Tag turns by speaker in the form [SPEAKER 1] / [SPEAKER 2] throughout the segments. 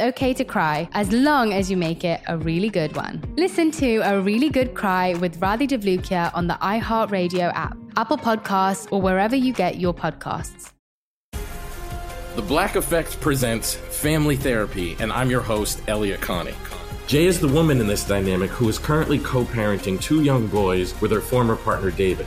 [SPEAKER 1] okay to cry as long as you make it a really good one. Listen to A Really Good Cry with Radhi Devlukia on the iHeartRadio app, Apple Podcasts, or wherever you get your podcasts.
[SPEAKER 2] The Black Effect presents Family Therapy, and I'm your host, Elliot Connie. Jay is the woman in this dynamic who is currently co parenting two young boys with her former partner, David.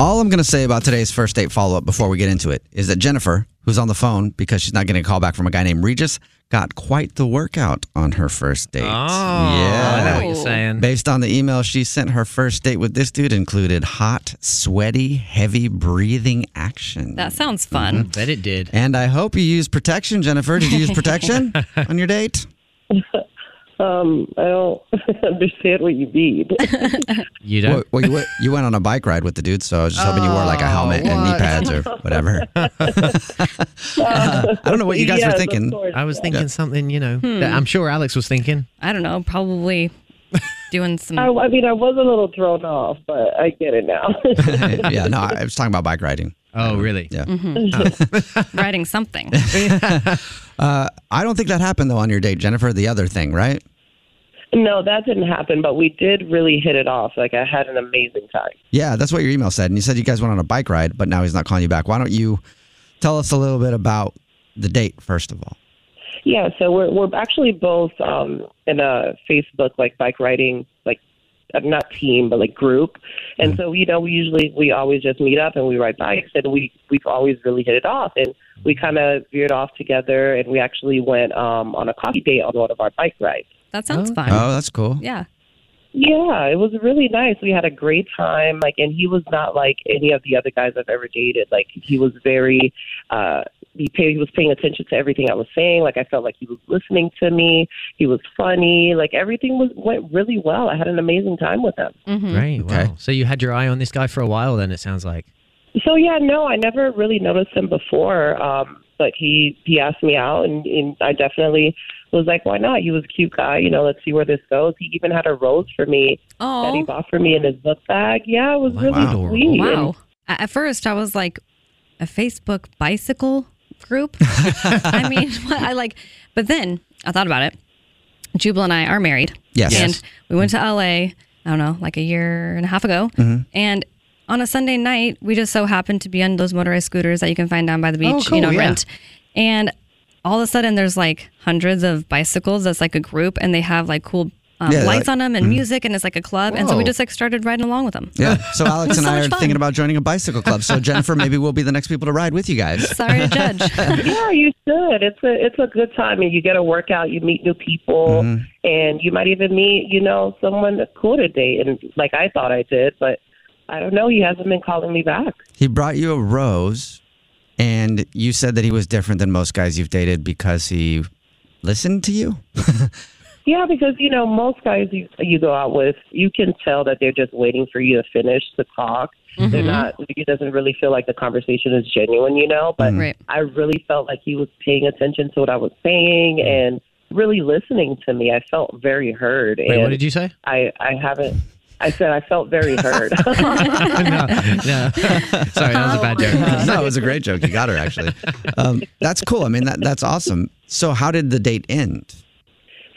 [SPEAKER 3] All I'm going to say about today's first date follow up before we get into it is that Jennifer, who's on the phone because she's not getting a call back from a guy named Regis, got quite the workout on her first date.
[SPEAKER 4] Oh, I know what you're saying.
[SPEAKER 3] Based on the email she sent, her first date with this dude included hot, sweaty, heavy breathing action.
[SPEAKER 5] That sounds fun.
[SPEAKER 4] Bet it did.
[SPEAKER 3] and I hope you used protection, Jennifer. Did you use protection on your date?
[SPEAKER 6] Um, I don't understand what you need.
[SPEAKER 4] You don't. Oh,
[SPEAKER 3] Well, well, you, went, you went on a bike ride with the dude, so I was just hoping you wore like a helmet and knee
[SPEAKER 4] what?
[SPEAKER 3] pads or whatever. I don't know what you guys were thinking.
[SPEAKER 4] I was thinking something, you know,
[SPEAKER 7] Hmm.
[SPEAKER 4] that I'm sure Alex was thinking.
[SPEAKER 5] I don't know, probably doing some.
[SPEAKER 6] I, I mean, I was a little thrown off, but I get it now.
[SPEAKER 3] yeah, no, I was talking about bike riding.
[SPEAKER 4] Oh,
[SPEAKER 3] Um,
[SPEAKER 4] really?
[SPEAKER 3] Yeah.
[SPEAKER 5] Mm-hmm. writing something.
[SPEAKER 3] Uh, I don't think that happened though on your date, Jennifer. The other thing, right?
[SPEAKER 6] no, that didn't happen, but we did really hit it off. Like, I had an amazing time.
[SPEAKER 3] Yeah, that's what your email said, and you said you guys went on a bike ride, but now he's not calling you back. Why don't you tell us a little bit about the date first of all?
[SPEAKER 6] Yeah, so we're we're actually both um, in a Facebook like bike riding like uh, not team but like group, and so you know we usually we always just meet up and we ride bikes and we we've always really hit it off and we kind of veered off together and we actually went um, on a coffee date on one of our bike rides.
[SPEAKER 5] That sounds fun.
[SPEAKER 3] Oh, that's cool.
[SPEAKER 5] Yeah.
[SPEAKER 6] Yeah, it was really nice. We had a great time. Like, and he was not like any of the other guys I've ever dated. Like, he was very, uh, he paid, he was paying attention to everything I was saying. Like, I felt like he was listening to me. He was funny. Like, everything was went really well. I had an amazing time with him.
[SPEAKER 5] hmm
[SPEAKER 4] Right. Wow. So you had your eye on this guy for a while, then it sounds like.
[SPEAKER 6] So yeah, no, I never really noticed him before. Um, but he he asked me out, and, and I definitely was like, why not? He was a cute guy. You know, let's see where this goes. He even had a rose for me. that he
[SPEAKER 5] Oh,
[SPEAKER 6] bought for me in his book bag. Yeah, it was really
[SPEAKER 4] Wow.
[SPEAKER 6] sweet.
[SPEAKER 5] wow. A- At first, I was like, a Facebook bicycle group. I mean, what- I like, but then I thought about it. Jubal and I are married.
[SPEAKER 3] Yes.
[SPEAKER 5] And we went to LA, I don't know, like a year and a half ago. And on a Sunday night, we just so happened to be on those motorized scooters that you can find down by the beach,
[SPEAKER 4] Oh,
[SPEAKER 5] you
[SPEAKER 4] cool,
[SPEAKER 5] know,
[SPEAKER 4] yeah.
[SPEAKER 5] rent. And all of a sudden, there's like hundreds of bicycles that's like a group, and they have like cool
[SPEAKER 3] Yeah,
[SPEAKER 5] um,
[SPEAKER 3] they're
[SPEAKER 5] lights
[SPEAKER 3] like-
[SPEAKER 5] on them and music, and it's like a club. And so we
[SPEAKER 4] Whoa.
[SPEAKER 5] just like started riding along with them.
[SPEAKER 3] Yeah. So Alex and
[SPEAKER 5] So
[SPEAKER 3] I
[SPEAKER 5] much
[SPEAKER 3] are
[SPEAKER 5] fun.
[SPEAKER 3] thinking about joining a bicycle club. So Jennifer, maybe we'll be the next people to ride with you guys.
[SPEAKER 5] Sorry to judge.
[SPEAKER 6] yeah, you should. It's a it's a good time, and you get a workout. You meet new people,
[SPEAKER 4] Mm-hmm.
[SPEAKER 6] and you might even meet you know someone cool to date. And like I thought I did, but I don't know. He hasn't been calling me back.
[SPEAKER 3] He brought you a rose, and you said that he was different than most guys you've dated because he listened to you.
[SPEAKER 6] Yeah, because you know most guys you you go out with, you can tell that they're just waiting for you to finish the talk.
[SPEAKER 4] Mm-hmm.
[SPEAKER 3] Mm-hmm.
[SPEAKER 6] They're not. It doesn't really feel like the conversation is genuine, you know. But
[SPEAKER 5] Right.
[SPEAKER 4] Mm-hmm.
[SPEAKER 6] I really felt like he was paying attention to what I was saying
[SPEAKER 4] Mm-hmm.
[SPEAKER 6] and really listening to me. I felt very heard.
[SPEAKER 4] Wait,
[SPEAKER 6] and
[SPEAKER 4] what did you say?
[SPEAKER 6] I I haven't. I said I felt very heard.
[SPEAKER 4] no, no. Sorry, that was a
[SPEAKER 5] Oh,
[SPEAKER 4] bad joke.
[SPEAKER 3] no, it was a great joke. You got her actually. Um, that's cool. I mean, that that's awesome. So, how did the date end?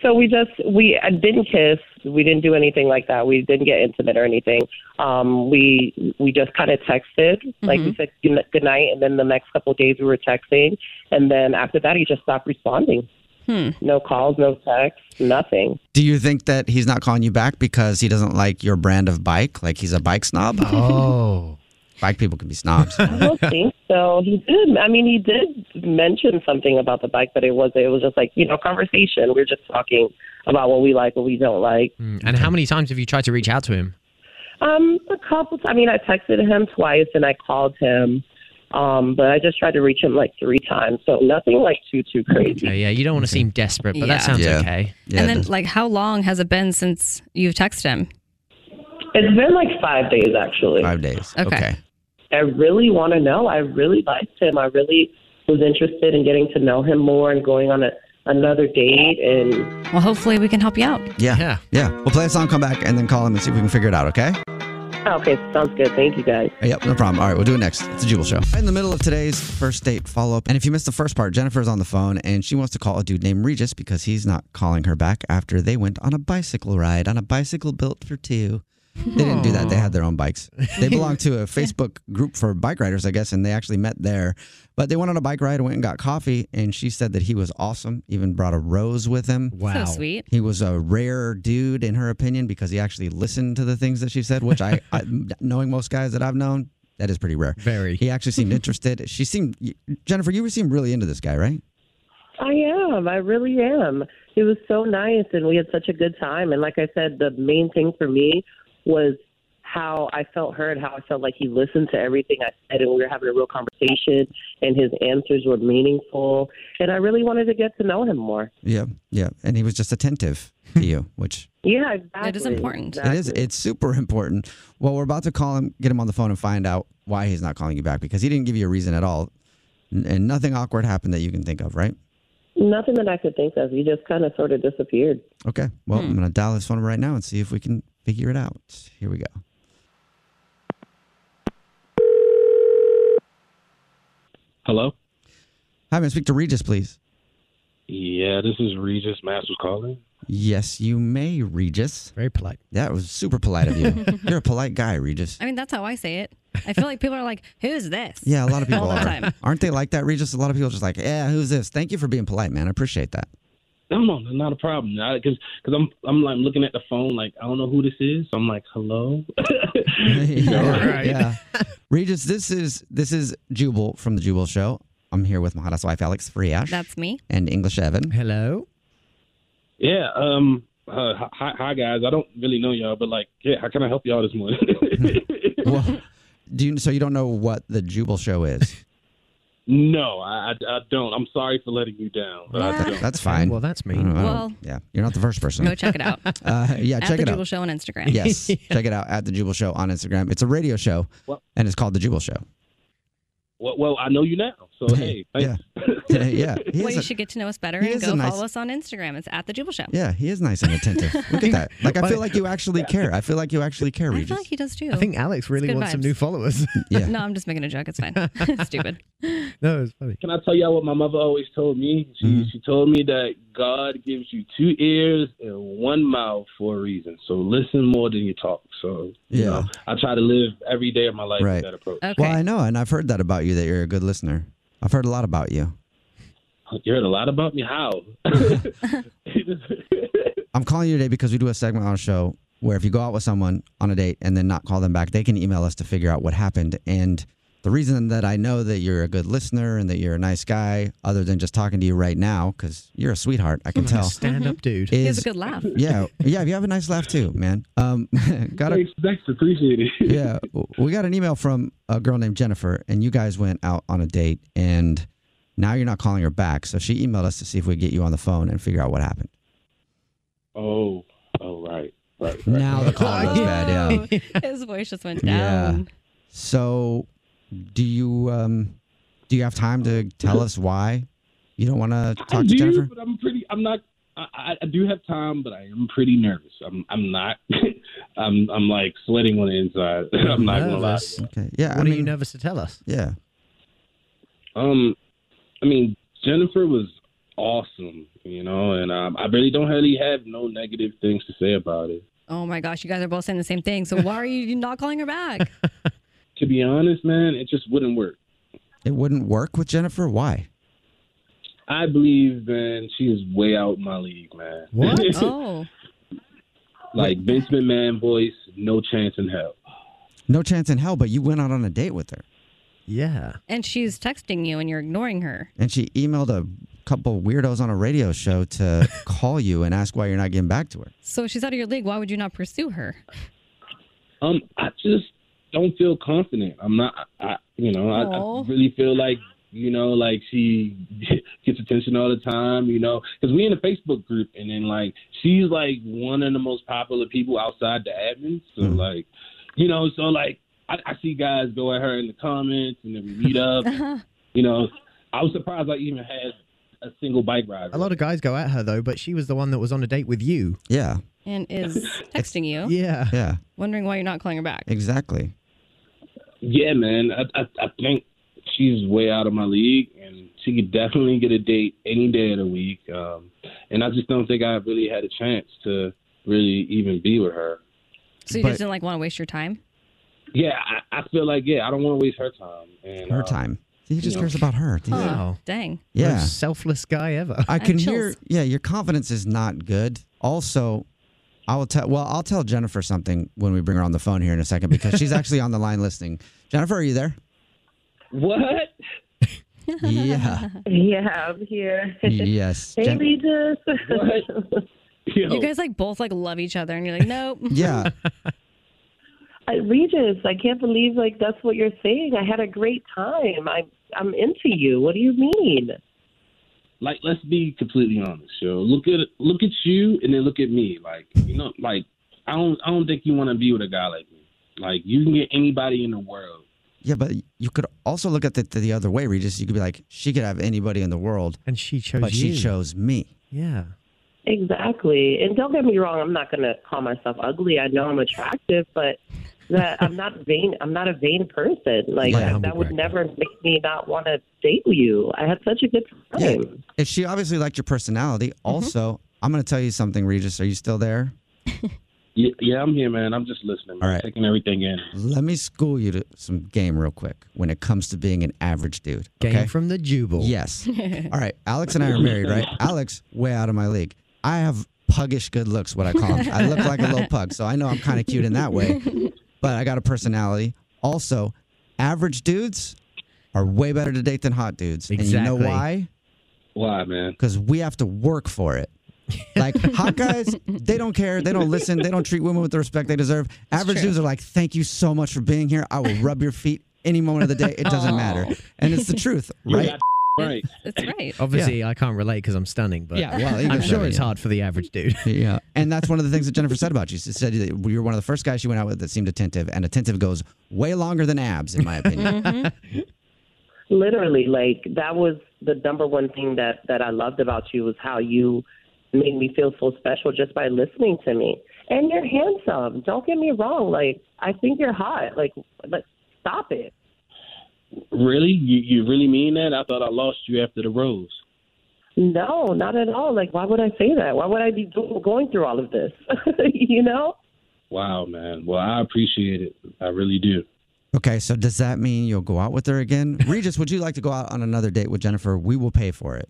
[SPEAKER 6] So we just we uh, didn't kiss. We didn't do anything like that. We didn't get intimate or anything. Um, we we just kind of texted, like we
[SPEAKER 8] Mhm.
[SPEAKER 6] said good good night, and then the next couple of days we were texting, and then after that he just stopped responding.
[SPEAKER 5] Hmm.
[SPEAKER 6] No calls, no texts, nothing.
[SPEAKER 3] Do you think that he's not calling you back because he doesn't like your brand of bike? Like he's a bike snob?
[SPEAKER 6] Oh.
[SPEAKER 3] Bike people can be snobs.
[SPEAKER 6] I don't think so. He did. I mean, he did mention something about the bike, but it was it was just like you know conversation. We are just talking about what we like, what we don't like.
[SPEAKER 4] um, And how many times have you tried to reach out to him?
[SPEAKER 6] Um, a couple. I mean, I texted him twice and I called him, um, but I just tried to reach him like three times. So nothing like too too crazy.
[SPEAKER 4] Yeah, Uh, yeah. You don't want to seem desperate, but
[SPEAKER 5] Yeah.
[SPEAKER 4] that sounds
[SPEAKER 5] Yeah.
[SPEAKER 4] okay.
[SPEAKER 5] and then, like, how long has it been since you've texted him?
[SPEAKER 6] It's been like five days actually.
[SPEAKER 3] Five days.
[SPEAKER 5] Okay. Okay.
[SPEAKER 6] I really want to know. I really liked him. I really was interested in getting to know him more and going on a, another date and.
[SPEAKER 5] Well, hopefully we can help you out.
[SPEAKER 3] Yeah. Yeah. Yeah. We'll play a song, come back, and then call him and see if we can figure it out, okay?
[SPEAKER 6] Okay, sounds good. Thank you, guys.
[SPEAKER 3] Yep, no problem. All right, we'll do it next. It's a Jubal Show. In the middle of today's first date follow up. And if you missed the first part, Jennifer's on the phone and she wants to call a dude named Regis because he's not calling her back after they went on a bicycle ride on a bicycle built for two. They didn't do that. They had their own bikes. They belong to a Facebook group for bike riders, I guess, and they actually met there. But they went on a bike ride, went and got coffee, and she said that he was awesome, even brought a rose with him.
[SPEAKER 5] Wow. sweet.
[SPEAKER 3] He was a rare dude, in her opinion, because he actually listened to the things that she said, which I, I knowing most guys that I've known, that is pretty rare. Very. He actually seemed interested. She seemed, Jennifer, you seemed really into this guy, right?
[SPEAKER 6] I am. I really am. It was so nice, and we had such a good time. And like I said, the main thing for me was how I felt heard, how I felt like he listened to everything I said, and we were having a real conversation, and his answers were meaningful. And I really wanted to get to know him more.
[SPEAKER 3] Yeah. Yeah. And he was just attentive to you, which
[SPEAKER 6] Yeah, exactly.
[SPEAKER 5] It is important.
[SPEAKER 3] It is. It's super important. Well, we're about to call him, get him on the phone, and find out why he's not calling you back because he didn't give you a reason at all, N- and nothing awkward happened that you can think of, right?
[SPEAKER 6] Nothing that I could think of. He just kind of sort of disappeared.
[SPEAKER 3] Okay. Well, I'm gonna dial his phone right now and see if we can figure it out. Here we go.
[SPEAKER 9] Hello?
[SPEAKER 3] Hi, may I speak to Regis, please?
[SPEAKER 9] Yeah, this is Regis Masters calling.
[SPEAKER 3] Yes, you may, Regis. Very polite. That was super polite of you. You're a polite guy, Regis.
[SPEAKER 5] I mean, that's how I say it. I feel like people are like, who's this?
[SPEAKER 3] Yeah, a lot of people
[SPEAKER 5] All the
[SPEAKER 3] are.
[SPEAKER 5] time.
[SPEAKER 3] Aren't they like that, Regis? A lot of people are just like, yeah, who's this? Thank you for being polite, man. I appreciate that.
[SPEAKER 9] No, no, not a problem. Because cause I'm I'm like looking at the phone, like I don't know who this is. So I'm like, hello. You know?
[SPEAKER 3] Yeah. Regis, this is this is Jubal from the Jubal Show. I'm here with my hottest wife, Alex Friash.
[SPEAKER 5] That's me.
[SPEAKER 3] and English Evan. Hello.
[SPEAKER 9] Yeah. Um. Uh, hi, hi, guys. I don't really know y'all, but like, yeah, how can I help y'all this morning?
[SPEAKER 3] Do you so you don't know what the Jubal Show is?
[SPEAKER 9] no, I, I I don't. I'm sorry for letting you down. But I don't.
[SPEAKER 3] That's fine. Well, that's mean.
[SPEAKER 5] Well-
[SPEAKER 3] yeah, you're not the first person.
[SPEAKER 5] Go check it out.
[SPEAKER 3] Uh, yeah,
[SPEAKER 5] At
[SPEAKER 3] check
[SPEAKER 5] the
[SPEAKER 3] it out.
[SPEAKER 5] Jubal Show on Instagram.
[SPEAKER 3] Yes, check it out at the Jubal Show on Instagram. It's a radio show,
[SPEAKER 9] Well-
[SPEAKER 3] and it's called the Jubal Show.
[SPEAKER 9] Well, well, I know you now. So hey, thanks.
[SPEAKER 3] Yeah, yeah. He
[SPEAKER 5] well,
[SPEAKER 3] is
[SPEAKER 5] you
[SPEAKER 3] a-
[SPEAKER 5] should get to know us better
[SPEAKER 3] he
[SPEAKER 5] and
[SPEAKER 3] is
[SPEAKER 5] go
[SPEAKER 3] a nice-
[SPEAKER 5] follow us on Instagram. It's at the Jubal Show.
[SPEAKER 3] yeah, he is nice and attentive. Look at that. Like I feel like you actually care. I feel like you actually care,
[SPEAKER 5] I feel
[SPEAKER 3] Regis.
[SPEAKER 5] like he does too.
[SPEAKER 3] I think Alex
[SPEAKER 5] It's
[SPEAKER 3] really
[SPEAKER 5] good
[SPEAKER 3] wants some
[SPEAKER 5] vibes.
[SPEAKER 3] new followers. Yeah.
[SPEAKER 5] No, I'm just making a joke. It's fine. Stupid.
[SPEAKER 9] No, it's funny. Can I tell y'all what my mother always told me? She
[SPEAKER 3] Mm-hmm.
[SPEAKER 9] she told me that God gives you two ears and one mouth for a reason. So listen more than you talk. So you
[SPEAKER 3] Yeah.
[SPEAKER 9] know, I try to live every day of my life
[SPEAKER 3] Right.
[SPEAKER 9] with that approach.
[SPEAKER 3] Well, I know, and I've heard that about you. That you're a good listener. I've heard a lot about you.
[SPEAKER 9] You heard a lot about me. How?
[SPEAKER 3] I'm calling you today because we do a segment on our show where if you go out with someone on a date and then not call them back, they can email us to figure out what happened. And the reason that I know that you're a good listener and that you're a nice guy, other than just talking to you right now, because you're a sweetheart, I can tell.
[SPEAKER 4] Stand up, dude.
[SPEAKER 3] He has
[SPEAKER 5] a good laugh.
[SPEAKER 3] Yeah, yeah. You have a nice laugh too, man. Um, got a,
[SPEAKER 9] Thanks, thanks, appreciate it.
[SPEAKER 3] yeah, we got an email from a girl named Jennifer, and you guys went out on a date, and now you're not calling her back. So she emailed us to see if we could get you on the phone and figure out what happened.
[SPEAKER 9] Oh, oh, right, right. right.
[SPEAKER 3] Now the call goes bad. Yeah.
[SPEAKER 5] His voice just went down.
[SPEAKER 3] Yeah. So, do you um, do you have time to tell us why you don't want to
[SPEAKER 9] I
[SPEAKER 3] talk to
[SPEAKER 9] do,
[SPEAKER 3] Jennifer?
[SPEAKER 9] but I'm pretty. I'm not. I, I- I do have time, but I am pretty nervous. I'm. I'm not. I'm. I'm like sweating on the inside. I'm not gonna lie.
[SPEAKER 4] Nervous?
[SPEAKER 3] Okay. Yeah.
[SPEAKER 4] What
[SPEAKER 3] I
[SPEAKER 4] are you
[SPEAKER 3] mean-
[SPEAKER 4] nervous to tell us?
[SPEAKER 3] Yeah.
[SPEAKER 9] Um, I mean, Jennifer was
[SPEAKER 10] awesome, you know, and um, I really don't really have no negative things to say about it.
[SPEAKER 5] Oh my gosh, you guys are both saying the same thing. So why are you not calling her back?
[SPEAKER 10] To be honest, man, it just wouldn't work.
[SPEAKER 3] It wouldn't work with Jennifer. Why?
[SPEAKER 10] I believe, man, she is way out my league, man.
[SPEAKER 3] What?
[SPEAKER 5] oh.
[SPEAKER 10] like Vince McMahon voice, no chance in hell.
[SPEAKER 3] No chance in hell. But you went out on a date with her.
[SPEAKER 11] Yeah.
[SPEAKER 5] And she's texting you and you're ignoring her.
[SPEAKER 3] And she emailed a couple weirdos on a radio show to call you and ask why you're not getting back to her.
[SPEAKER 5] So she's out of your league. Why would you not pursue her?
[SPEAKER 10] Um, I just don't feel confident. I'm not. I, you know, I,
[SPEAKER 5] Aw.
[SPEAKER 10] I really feel like you know, like she gets attention all the time. You know, because we in a Facebook group, and then like she's like one of the most popular people outside the admin. So
[SPEAKER 3] Hmm.
[SPEAKER 10] like, you know, so like I, I see guys go at her in the comments, and then we meet up. you know, I was surprised I even had a single bike ride.
[SPEAKER 8] A lot of guys go at her though, but she was the one that was on a date with you.
[SPEAKER 3] Yeah.
[SPEAKER 5] And is texting
[SPEAKER 12] Oh.
[SPEAKER 5] you.
[SPEAKER 8] Yeah.
[SPEAKER 3] Yeah.
[SPEAKER 5] Wondering why you're not calling her back.
[SPEAKER 3] Exactly.
[SPEAKER 10] Yeah, man. I, I I think she's way out of my league, and she could definitely get a date any day of the week. Um, and I just don't think I really had a chance to really even be with her.
[SPEAKER 5] So you
[SPEAKER 10] But-
[SPEAKER 5] just didn't like want to waste your time?
[SPEAKER 10] Yeah, I, I feel like yeah, I don't want to waste her time. And
[SPEAKER 3] Her
[SPEAKER 10] uh,
[SPEAKER 3] time. He just
[SPEAKER 10] you know.
[SPEAKER 3] cares about her.
[SPEAKER 5] Huh.
[SPEAKER 3] Wow.
[SPEAKER 5] Dang.
[SPEAKER 3] Yeah.
[SPEAKER 8] Most selfless guy ever.
[SPEAKER 3] I can hear. Yeah, your confidence is not good. Also, I will tell. Well, I'll tell Jennifer something when we bring her on the phone here in a second because she's actually on the line listening. Jennifer, are you there?
[SPEAKER 6] What?
[SPEAKER 3] Yeah.
[SPEAKER 6] Yeah, I'm here.
[SPEAKER 3] Yes.
[SPEAKER 6] hey,
[SPEAKER 3] Jen-
[SPEAKER 6] Regis.
[SPEAKER 5] You guys like both like love each other and you're like, nope.
[SPEAKER 3] yeah.
[SPEAKER 6] I, Regis, I can't believe like that's what you're saying. I had a great time. I I'm into you. What do you mean?
[SPEAKER 10] Like, let's be completely honest, yo. Look at look at you, and then look at me. Like, you know, like I don't I don't think you want to be with a guy like me. Like, you can get anybody in the world.
[SPEAKER 3] Yeah, but you could also look at it the, the other way, Regis. You could be like, she could have anybody in the world,
[SPEAKER 8] and she chose
[SPEAKER 3] but
[SPEAKER 8] you.
[SPEAKER 3] she chose me.
[SPEAKER 8] Yeah.
[SPEAKER 6] Exactly. And don't get me wrong. I'm not gonna call myself ugly. I know I'm attractive, but that I'm not vain. I'm not a vain person. Like
[SPEAKER 3] Yeah,
[SPEAKER 6] that,
[SPEAKER 3] humble
[SPEAKER 6] would never make me not want to date you. I had such a good time.
[SPEAKER 3] If she obviously liked your personality,
[SPEAKER 8] Mm-hmm.
[SPEAKER 3] also, I'm going to tell you something, Regis. Are you still there?
[SPEAKER 10] Yeah, yeah I'm here, man. I'm just listening.
[SPEAKER 3] All right.
[SPEAKER 10] Taking everything in.
[SPEAKER 3] Let me school you to some game real quick when it comes to being an average dude.
[SPEAKER 8] Game
[SPEAKER 3] okay?
[SPEAKER 8] from the Jubal.
[SPEAKER 3] Yes. All right. Alex and I are married, right? Alex, way out of my league. I have puggish good looks, what I call them. I look like a little pug, so I know I'm kind of cute in that way, but I got a personality. Also, average dudes are way better to date than hot dudes. And you know
[SPEAKER 10] Exactly.
[SPEAKER 3] why?
[SPEAKER 10] Why, man?
[SPEAKER 3] Because we have to work for it. Like hot guys, they don't care. They don't listen. They don't treat women with the respect they deserve. Average
[SPEAKER 13] true.
[SPEAKER 3] dudes are like, thank you so much for being here. I will rub your feet any moment of the day. It doesn't matter. And it's the truth,
[SPEAKER 8] You
[SPEAKER 3] right?
[SPEAKER 8] got
[SPEAKER 10] Right.
[SPEAKER 5] That's right.
[SPEAKER 8] Obviously, I can't relate because I'm stunning, but
[SPEAKER 3] Yeah, well, even
[SPEAKER 8] I'm sure
[SPEAKER 3] so,
[SPEAKER 8] it's
[SPEAKER 3] yeah.
[SPEAKER 8] hard for the average dude.
[SPEAKER 3] Yeah. And that's one of the things that Jennifer said about you. She said that you were one of the first guys she went out with that seemed attentive, and attentive goes way longer than abs, in my opinion.
[SPEAKER 6] literally like that was the number one thing that that i loved about you was how you made me feel so special just by listening to me and you're handsome don't get me wrong like i think you're hot like like stop it
[SPEAKER 10] Really? You you really mean that? I thought I lost you after the rose.
[SPEAKER 6] no not at all like why would i say that why would i be do- going through all of this you know
[SPEAKER 10] Wow, man. Well, I appreciate it. I really do.
[SPEAKER 3] okay. So does that mean you'll go out with her again? Regis, would you like to go out on another date with Jennifer? We will pay for it.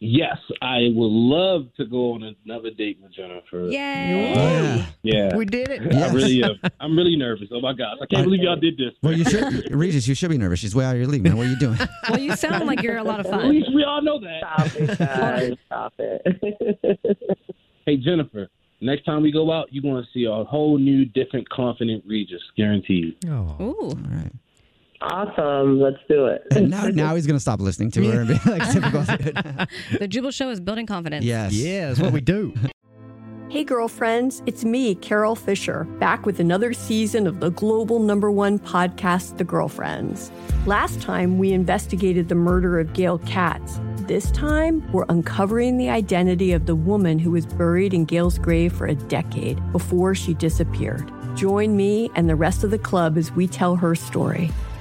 [SPEAKER 10] Yes, I would love to go on another date with Jennifer.
[SPEAKER 5] Yay!
[SPEAKER 3] Yeah.
[SPEAKER 10] Yeah.
[SPEAKER 3] We did it.
[SPEAKER 10] I really am. I'm really nervous. Oh my gosh. I can't believe y'all did this.
[SPEAKER 3] Well, you should, Regis, you should be nervous. She's way out of your league, man. What are you doing?
[SPEAKER 5] Well, you sound like you're a lot of
[SPEAKER 10] At
[SPEAKER 5] fun.
[SPEAKER 10] least we all know that.
[SPEAKER 6] Stop it, guys. Stop it.
[SPEAKER 10] Hey Jennifer, next time we go out, you're gonna see a whole new different confident Regis, guaranteed.
[SPEAKER 8] Oh.
[SPEAKER 5] Ooh.
[SPEAKER 6] awesome let's do it
[SPEAKER 3] And now, now he's going to stop listening to her and be like, typical.
[SPEAKER 5] The Jubal Show is building confidence.
[SPEAKER 3] Yes.
[SPEAKER 8] Yeah, that's what we do.
[SPEAKER 14] Hey, girlfriends, it's me, Carol Fisher, back with another season of the global number one podcast, The Girlfriends. Last time, we investigated the murder of Gail Katz. This time, we're uncovering the identity of the woman who was buried in Gail's grave for a decade before she disappeared. Join me and the rest of the club as we tell her story.